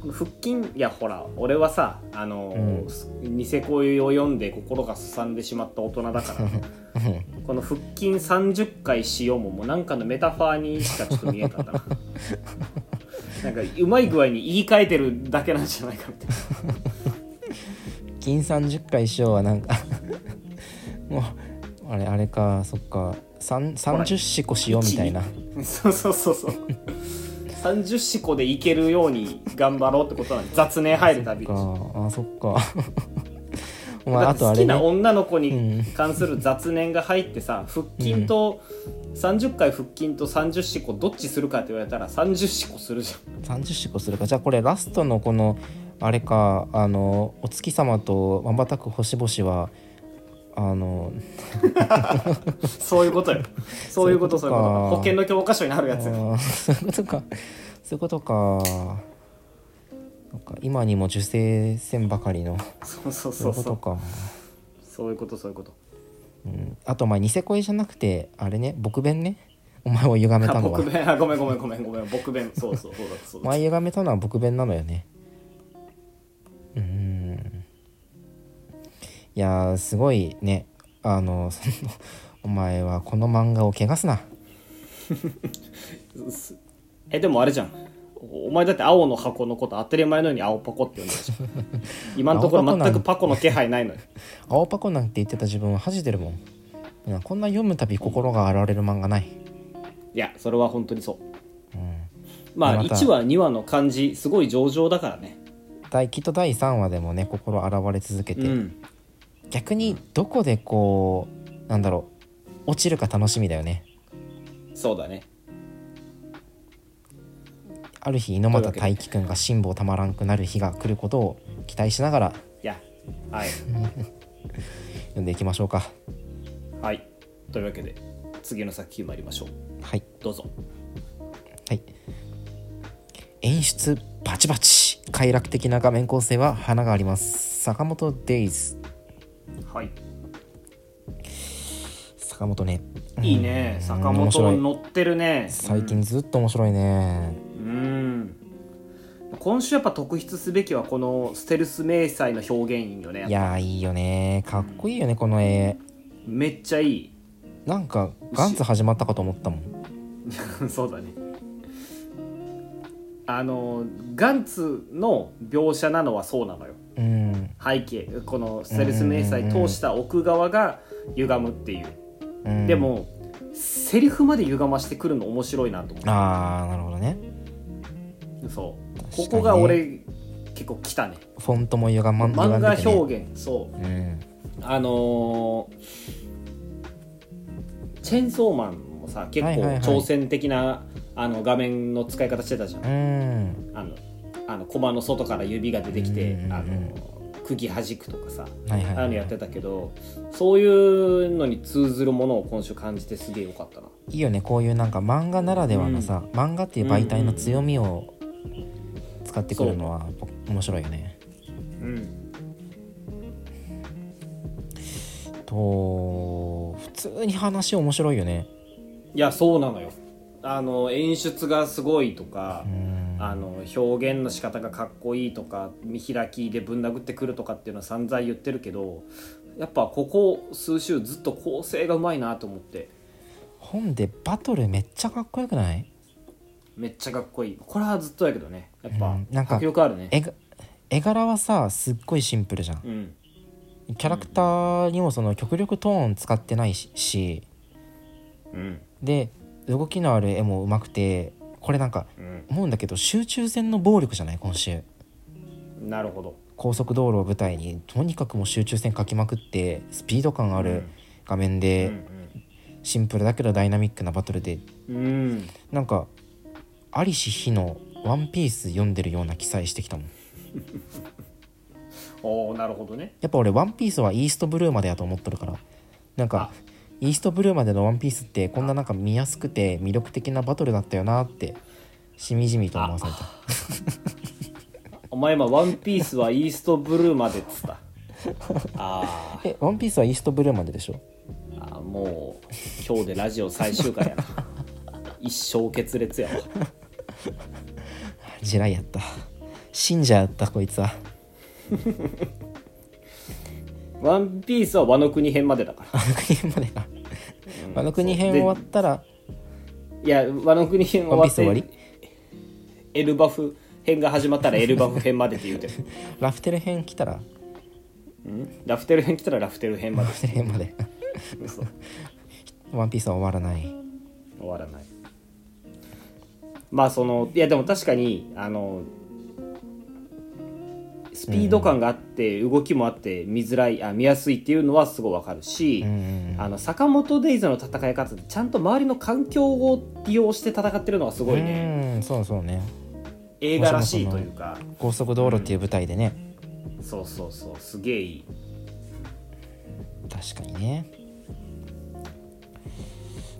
この腹筋いやほら俺はさあの、ニセ恋を読んで心がすさんでしまった大人だから
うん
この腹筋30回しようももうなんかのメタファーにしかちょっと見えたんだななんかうまい具合に言い換えてるだけなんじゃないかみたいな
腹筋30回しようはなんか (laughs) もうあれあれかそっか三30四個しようみたいな
そうそうそ
(laughs)
うそう30四個でいけるように頑張ろうってことなんで雑念入るたび
か
に
あそっ
(laughs)
かお前
だ
あ
って
とあ
好き
れ、
な
ね、
女の子
うん
に関する雑念が入ってさ腹筋と30回腹筋と30四個どっちするかって言われたら30四個するじ
30四個するかじゃあこれラストのこのあれかあのお月様とまばたく星々はあの
ゃんそうい
(laughs)
うことよそういうこと
そ
そうう
い
いうう
こか
ことと保険の教科書になる
あ
やつよ
ーそういうことかそういうことかなんか今にも受精せんばかりの
そうそう
そういう
そ
うこ
そ
と
う
か
そういうことそういうこと
うん、あとお前ニセ恋じゃなくてあれね僕弁ねお前を歪めた
あ
のは
僕弁あごめんごめんごめんごめん僕弁そうそうそうだったそ
お
うだっ
前歪めたのは僕弁なのよねうーんいやーすごいねあの (laughs) そのお前はこの漫画を汚すな
たうっすえでもあれじゃんおお前だって青の箱のこと当たり前のように青パコって呼んでるじゃ
(laughs)
ん今のところ全くパコの気配ないのよ
青パコなんて言ってた自分は恥じてるもんいやこんな読むたび心が洗われる漫画ない
いやそれは本当にそう
うん
まあ
また
1話2話の感じすごい上々だからね
第きっと第3話でもね心洗われ続けて、
うん
逆にどこでこうなんだろう落ちるか楽しみだよね
そうだね
ある日猪俣大輝くんが辛抱たまらんくなる日が来ることを期待しながら
いやはい
読んでいきましょうか
はいというわけで次の作品参りましょう
はい
どうぞ
はい演出バチバチ快楽的な画面構成は花があります坂本デイズ
はい
坂本ね
いいね坂
面白い
本乗ってるね
最近ずっと面白いね
うん今週やっぱ特筆すべきはこのステルス迷彩の表現よね
いやーいいよねかっこいいよねこの絵
めっちゃいい
なんかガンツ始まったかと思ったもん
(laughs) そうだねあのガンツの描写なのはそうなのよ
うん
背景このステルス迷彩通した奥側が歪むっていう
うん
でもセリフまで歪ましてくるの面白いなと思って
ああなるほどね
そう
確かに
こ
ね
こが俺結構来たね
フォントも歪まん歪
漫
んでて、
画
ね、
表現そう
うん
あのーチェンソーマンもさ結
はい
構
はいはい
挑戦的な、あの画面の使い方してたじゃん、
うん
あのあのコマの外から指が出てきて、
うんうんうん
あの釘弾くとかさ
はいはい、
ああいうのやってたけどそういうのに通ずるものを今週感じてすげえよかったない
いよねこういうなんか漫画ならではのさ、漫画っていう媒体の強みを使ってくるのはやっぱ面白いよね。
うん
と普通に話面白いよね。
いやそうなのよあの演出がすごいとか、
うん
あの表現の仕方がかっこいいとか見開きでぶん殴ってくるとかっていうのは散々言ってるけどやっぱここ数週ずっと構成がうまいなと思って
本でバトルめっちゃかっこよくない
めっちゃかっこいいこれはずっとやけどねやっぱ
うんなんか
迫力あるね
絵が絵柄はさすっごいシンプルじゃん。
うん
キャラクターにもその極力トーン使ってないしし
うん
で動きのある絵もうまくてこれなんか
う
思うんだけど集中戦の暴力じゃない今週。
んなるほど
高速道路を舞台にとにかくもう集中線描きまくってスピード感ある画面
うん
で、シンプルだけどダイナミックなバトルで
うんうん
なんか在りし日の「ワンピース読んでるような記載してきたもん
おーなるほどね
やっぱ俺「ワンピースはイーストブルーまでやと思っとるからなんかイーストブルーまでの「ワンピースってこんななんか見やすくて魅力的なバトルだったよなってしみじみと思わされた
お前今「ワンピースはイーストブルーまで」っつった
(laughs)
あ
え「ワンピースはイーストブルーまででしょ
ーあーもう今日でラジオ最終
(laughs)
回やな一生決裂やわ
地雷やった信者やったこいつは
ワンピースはワノ国編までだから。
ワノ国編までな
うん
ワノ国編終わったら
いや、ワノ国編終
ワン
わ
ピー
っ
ス
て、
終わり
エルバフ編が始まったらエルバフ編までって言うてる。
ラフテル編来たらラ
ラフテル編来たらラフテル編まで。
フテル編まで
嘘
(laughs) ワンピースは終わらない
終わらないまあそのいやでも確かにあのスピード感があって動きもあって見づらいあ見やすいっていうのはすごいわかるし、
うん
あの坂本デイズの戦い方でちゃんと周りの環境を利用して戦ってるのがすごいね、
うんそうそうね
映画らしいというか
高速道路っていう舞台でね、
そうそうそうすげえいい
確かにね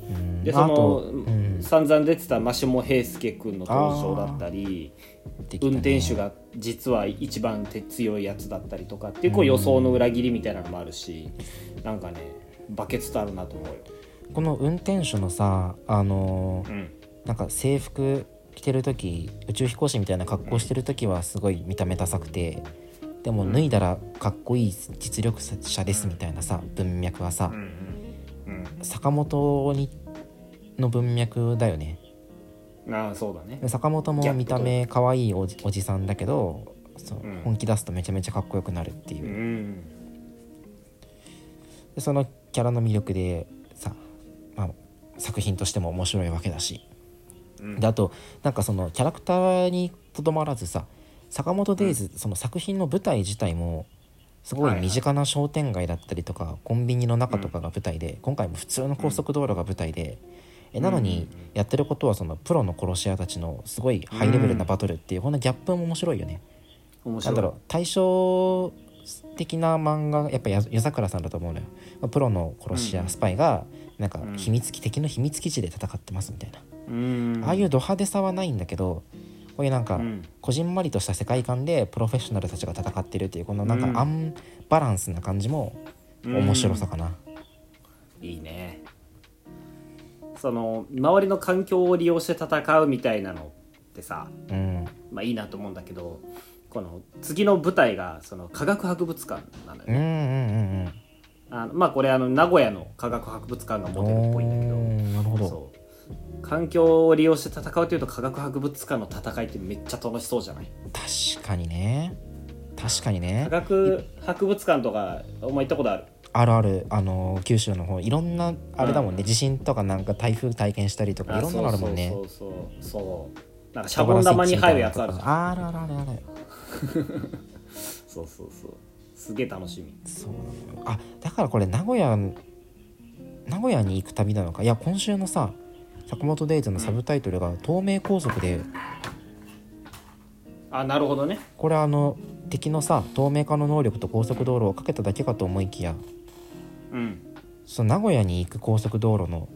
うん
で
まあ
そ
あと
の、
うん
散々出てたマシモ平介君の登場だったり
できたね
運転手が実は一番手強いやつだったりとかっていうこう予想の裏切りみたいなのもあるし、なんかねバケツとあるなと思うよ。
この運転手のさあのー
うん、
なんか制服着てる時宇宙飛行士みたいな格好してる時はすごい見た目ダサくてでも脱いだらかっこいい実力者ですみたいなさ文脈はさ
うんうん
坂本にの文脈だよね
うん、ああそうだね。
坂本も見た目可愛いおじおじさんだけどそう
うん
本気出すとめちゃめちゃかっこよくなるっていううんでそのキャラの魅力でさ、まあ、作品としても面白いわけだし
うん
であとなんかそのキャラクターにとどまらずさ坂本デイズ、その作品の舞台自体もすごい身近な商店街だったりとか、コンビニの中とかが舞台で、今回も普通の高速道路が舞台で、えなのにやってることはそのプロの殺し屋たちのすごいハイレベルなバトルっていう、このギャップも面白いよね。
面
な
白い
んだろう対照的な漫画やっぱや夜桜さんだと思うのよ、まあプロの殺し屋、
うん
スパイがなんか
うん
秘密基敵の秘密基地で戦ってますみたいな、
うん、
ああいうド派手さはないんだけどこういうなんか、
うん
こじんまりとした世界観でプロフェッショナルたちが戦ってるっていうこのなん
うん
かアンバランスな感じも
うん
面白さかな、
いいねその周りの環境を利用して戦うみたいなのってさ
うん
まあいいなと思うんだけどこの次の舞台がその科学博物館なのよ
うん、うんうん
あのまあこれあの名古屋の科学博物館が
うん
モデルっぽいんだけど
おーなるほど
そう環境を利用して戦うというと科学博物館の戦いってめっちゃ楽しそうじゃない
確かにね確かにね
科学博物館とかお前行ったことある
あるあるあのー九州の方いろんなあれだもんね、
うん
地震とかなんか台風体験したりとかいろんなのあるもんね
そうそうそうそうなんかシャボン玉に入るやつあるじゃん
ゃんあるあるあるある
そうそうそうすげえ楽しみ
そうなのよあだからこれ名古屋名古屋に行く旅なのかいや今週のさ坂本デイズのサブタイトルが「透明高速で」
あなるほどね
これあの敵のさ透明化の能力と高速道路をかけただけかと思いきや
うん
その名古屋に行く高速道路の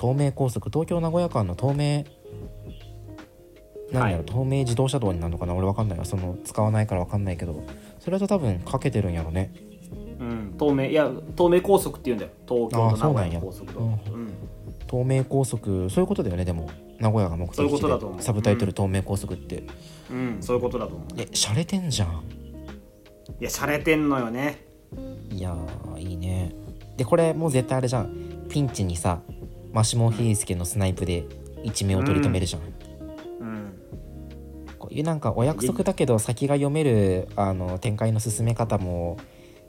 東名高速東京名古屋間の東名なんだろう、
はい
東名自動車道になるのかな俺わかんないわその使わないからわかんないけどそれと多分かけてるんやろね
うん東名いや東名高速って言うんだよ東京と名古屋の高速道
あ
路
そううん東名高速そういうことだよねでも名古屋が目的
そういうこ
地
とだと思う
でサブタイトル
う
東名高速って、
うん、そういうことだと思う
え洒落てんじゃん
いや洒落てんのよね
いやーいいねでこれもう絶対あれじゃんピンチにさマシモ・ヒースケのスナイプで一命を取り留めるじゃん
うん
こういうなんかお約束だけど先が読めるあの展開の進め方も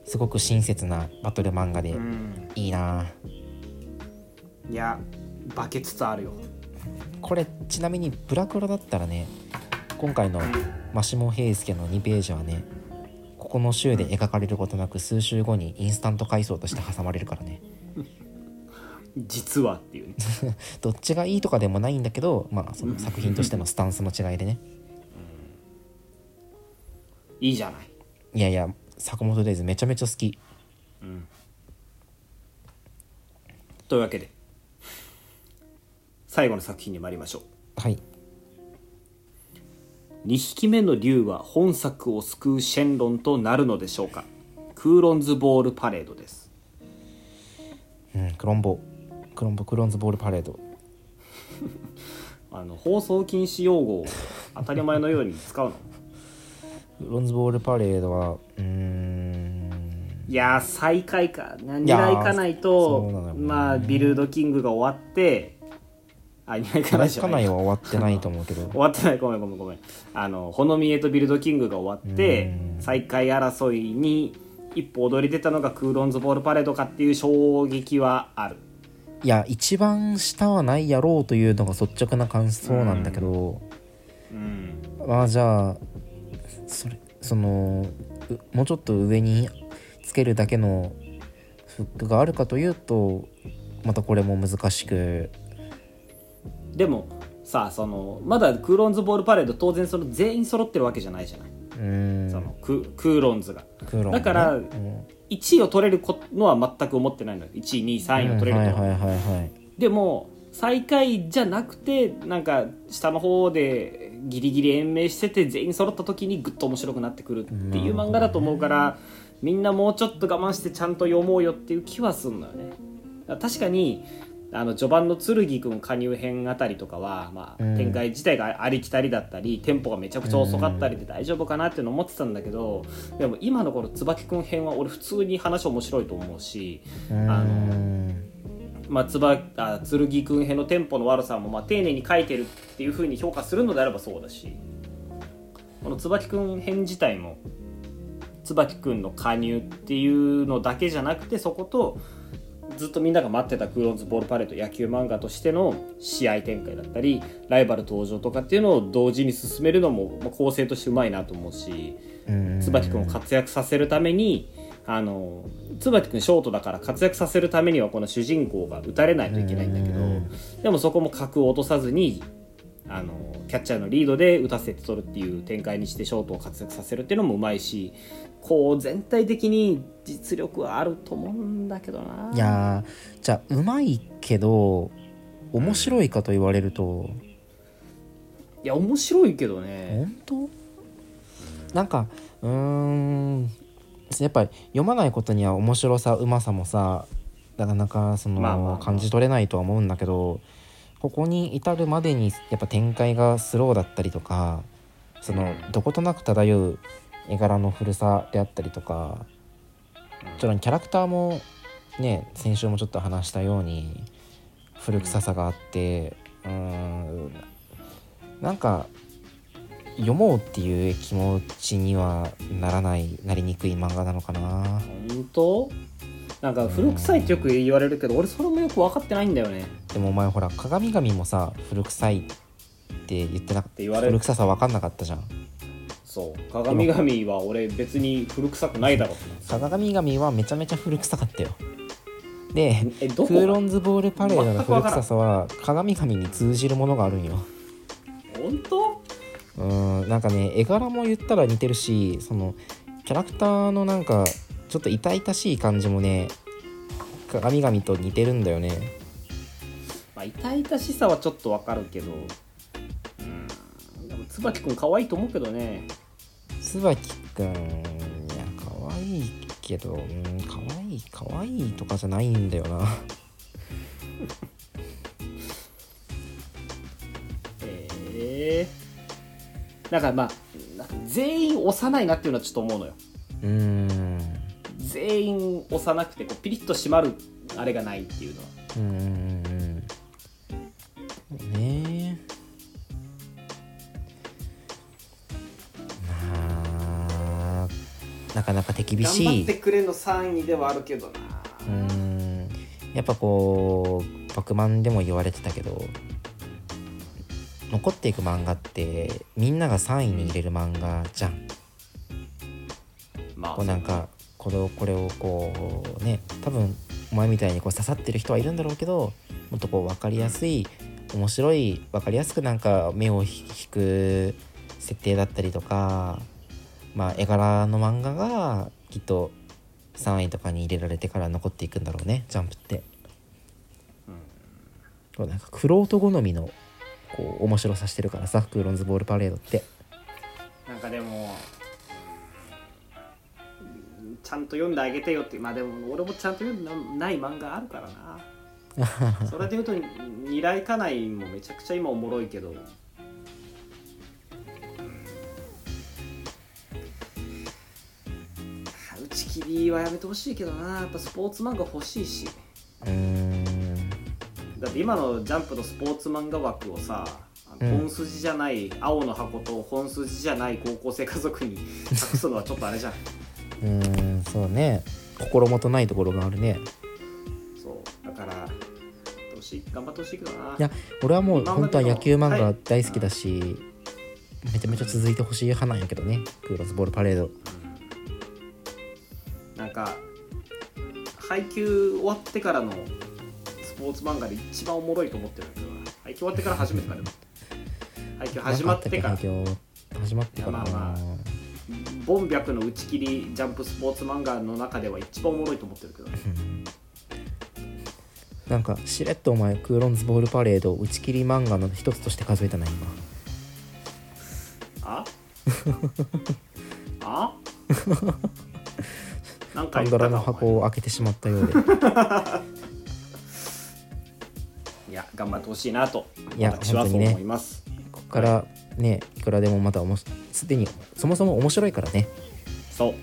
すごく親切なバトル漫画で
うん
いいなぁ
いやバケツとあるよ
これちなみにブラクロだったらね今回のマシモ・ヘイスケの2ページはねここの週で描かれることなく数週後にインスタント回想として挟まれるからね
実はっていうね
どっちがいいとかでもないんだけどまあその作品としてのスタンスの違いでね
いいじゃない
いやいや坂本デイズめちゃめちゃ好き
というわけで最後の作品に参りましょう
はい
2匹目の竜は本作を救うシェンロンとなるのでしょうかクーロンズボールパレードです
うんクロンボクロンボクロンズボールパレード
あの放送禁止用語を当たり前のように使うの
ロンズボールパレードはうーん
いやー最下位か何
いや
が
ー
行かない
そうなの
と
よね
まあビルドキングが終わってあ2回かないじゃ
か
な
ないい
終
は終わってないと思うけど
わってないごめんごめんごめんあのほのみえとビルドキングが終わって
うん
最下位争いに一歩踊り出たのがクーロンズボールパレードかっていう衝撃はある
いや一番下はないやろうというのが率直な感想なんだけど、
うん
まあじゃあそれそのうもうちょっと上につけるだけのフックがあるかというとまたこれも難しく
でもさそのまだクーロンズボールパレード当然その全員揃ってるわけじゃないじゃない、
うーん
そのククーロンズが
クーロンね
だから
うん
1位を取れるこのは全く思ってないのよ1位2位3位を取れるとは、
うんはいはいはいはい
でも最下位じゃなくてなんか下の方でギリギリ延命してて全員揃った時にぐっと面白くなってくるっていう漫画だと思うからみんなもうちょっと我慢してちゃんと読もうよっていう気はすんのよね。だから確かにあの序盤の剣くん加入編あたりとかは、まあ
うん
展開自体がありきたりだったりテンポがめちゃくちゃ遅かったりで大丈夫かなっていうの思ってたんだけどでも今のこの椿くん編は俺普通に話面白いと思うし
うーん
あまあ、つばあ剣くん編のテンポの悪さもまあ丁寧に書いてるっていうふうに評価するのであればそうだしこの椿くん編自体も椿くんの加入っていうのだけじゃなくてそことずっとみんなが待ってたクーロンズボールパレード野球漫画としての試合展開だったりライバル登場とかっていうのを同時に進めるのもまあ構成としてうまいなと思うし。
うん
椿君を活躍させるためにあの椿君ショートだから活躍させるためにはこの主人公が打たれないといけないんだけ
うんうんう
どでもそこも格を落とさずにあのキャッチャーのリードで打たせて取るっていう展開にしてショートを活躍させるっていうのもうまいしこう全体的に実力はあると思うんだけどない
やーじゃあうまいけど面白いかと言われると
いや面白いけどね
本当なんかうーんやっぱり読まないことには面白さうまさもさなかなかその、
まあまあまあ
感じ取れないとは思うんだけどここに至るまでにやっぱ展開がスローだったりとかそのどことなく漂う絵柄の古さであったりとかちょっとキャラクターもね先週もちょっと話したように古臭さがあってうーんなんか読もうっていう気持ちにはならないなりにくい漫画なのかな
本当なんか古臭いってよく言われるけど俺それもよく分かってないんだよね
でもお前ほら鏡神もさ古臭いって言ってなか
て言われる
古臭さ分かんなかったじゃん
そう鏡神は俺別に古臭くないだろ
鏡神はめちゃめちゃ古臭かったよで
えど
ク
こ
ー
が
ロンズボールパレードの古臭さは鏡神に通じるものがあるんよ
本当
うーんなんかね絵柄も言ったら似てるしそのキャラクターのなんかちょっと痛々しい感じもね神々と似てるんだよね
まあ痛々しさはちょっとわかるけどうんでも椿くん可愛いと思うけどね
椿くんいや可愛いけどうん可愛い可愛いとかじゃないんだよな
えー、なんかまあなんか全員幼いなっていうのはちょっと思うのよ
うーん
全員幼くてこうピリッと締まるあれがないっていうのは
うーんねえまあなかなか手厳しい
くれの3位ではあるけどな
うーんやっぱこう「バクマン」でも言われてたけど残っていく漫画ってみんなが3位に入れる漫画じゃん。
ま
こうなんかこれをこれをこうね多分お前みたいにこう刺さってる人はいるんだろうけどもっとこう分かりやすい面白い分かりやすくなんか目を引く設定だったりとか、まあ、絵柄の漫画がきっと3位とかに入れられてから残っていくんだろうねジャンプって。こうなんかクロート好みのこう面白さしてるからさクーロンズボールパレードって。
なんかでもうんちゃんと読んであげてよってまあでも俺もちゃんと読んでない漫画あるからなそれで言うと「ニライカナイ」もめちゃくちゃ今おもろいけどうん打ち切りはやめてほしいけどなやっぱスポーツ漫画欲しいし
うーん
だって今のジャンプのスポーツ漫画枠をさあの
うん
本筋じゃない青 (laughs) の箱と本筋じゃない高校生家族に託すのはちょっとあれじゃん
うーんそうね心もとないところがあるね
そうだから年頑張ってほしいけどない
や俺はもう
今までの
本当は野球漫
は
画
い
大好きだし、めちゃめちゃ続いてほしい派なんやけどねクーロスボールパレード
なんか配給終わってからのスポーツ漫画で一番おもろいと思ってるんだけどな配給終わってから初めてか (laughs) でも配給始まってから
なんあたっけ始まってから
いやまあまボンビャクの打ち切りジャンプスポーツ漫画の中では一番おもろいと思ってるけどね
うんなんかしれっとお前クーロンズボールパレードを打ち切り漫画の一つとして数えたな今 (laughs)
ああなんか
パ
言
ンド
ったか
ラの箱を開けてしまったよ
(laughs)
うで
いや頑張ってほしいなと
いや
私は
本当
そう
にね
思います、
ここからねいくらでもまたおもしすでにそもそも面白いからね
そう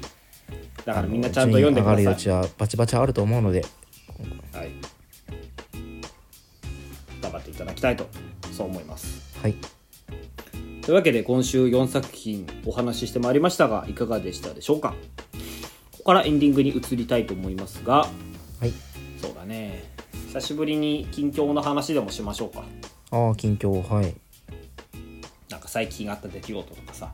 だからみんな
あの
ちゃんと読んでくだ
順位上がる
さい
余地はバチバチあると思うので
はい、頑張っていただきたいとそう思います
はい
というわけで今週4作品お話ししてまいりましたがいかがでしたでしょうかここからエンディングに移りたいと思いますが
はい
そうだね久しぶりに近況の話でもしましょうか
ああ近況はい
なんか最近あった出来事とかさ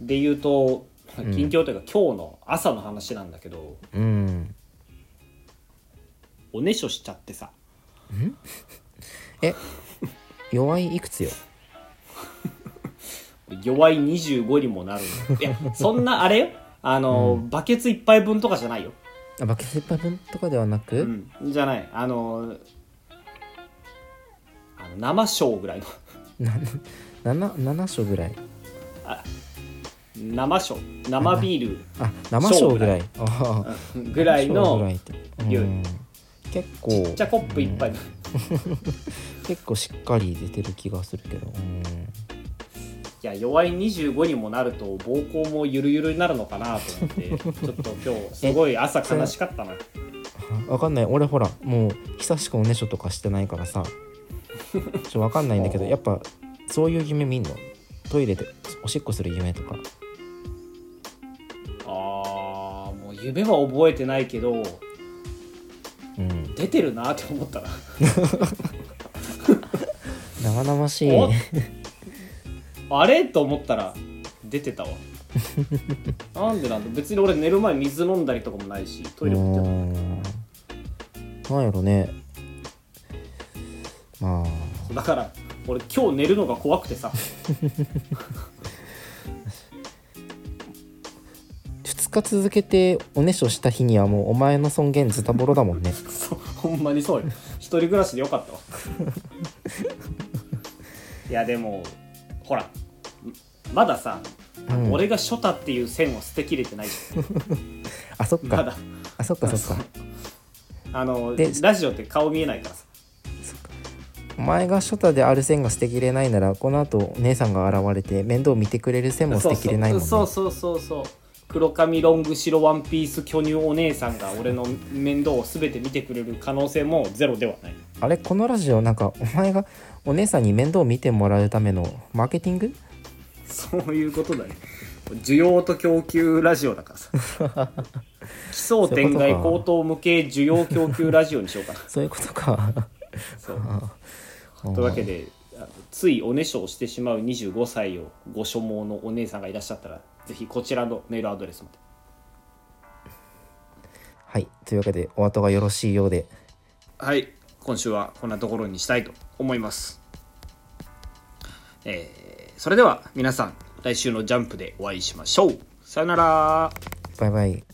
で言うと
うん
近況というか、今日の朝の話なんだけど
うん
おねしょしちゃってさ
え弱いいくつよ
弱い25にもなる
(laughs)
のいやそんなあれよあの、バケツ一杯分とかじゃないよ、
あバケツ一杯分とかではなく、
うん、じゃないあのあの生小ぐらいの
な 7, 7章ぐらい
生小生ビー
あ7章ぐらいああ
ルぐらい
7章ぐら
の
いって
量
うん結構
ちっちゃコップ一杯
うん
の、
結構しっかり出てる気がするけどうん
いや弱い25にもなると膀胱もゆるゆるになるのかなと思ってちょっと今日すごい朝悲しかったな
あわかんない俺ほらもう久しくおねしょとかしてないからさちょわかんないんだけ
(laughs)
どやっぱそういう夢見んのトイレでおしっこする夢とか
あーもう夢は覚えてないけど
うん
出てるなって思ったな
生々しい
おあれと思ったら出てたわなんでなんだ別に俺寝る前水飲んだりとかもないしトイレも行ってないう
ーんなんやろねまあ
だから俺今日寝るのが怖くてさ
2日続けておねしょした日にはもうお前の尊厳ズタボロだもんね
そうほんまにそうよ一人暮らしでよかったわいやでもほらまださ、
うん
俺がショタっていう線を捨てきれて
(laughs)
ないじ
あそっ
ゃんま
か
だ
あそっかそっか
あの
で
ラジオって顔見えないからさ
お前がショタである線が捨てきれないならこの後お姉さんが現れて面倒見てくれる線も捨てきれないもんね
そうそうそうそうそう黒髪ロング白ワンピース巨乳お姉さんが俺の面倒を全て見てくれる可能性もゼロではない
あれこのラジオなんかお前がお姉さんに面倒見てもらうためのマーケティング
そういうことだね需要と供給ラジオだからさ
(laughs)
奇想天
そうい
外
うことか
高等無形需要供給ラジオにしようかな
そういうことか
そうというわけであのついおねしょをしてしまう25歳をご所望のお姉さんがいらっしゃったらぜひこちらのメールアドレスまで
はいというわけでお後がよろしいようで
はい今週はこんなところにしたいと思います、えーそれでは皆さん来週のジャンプでお会いしましょうさよなら
バイバイ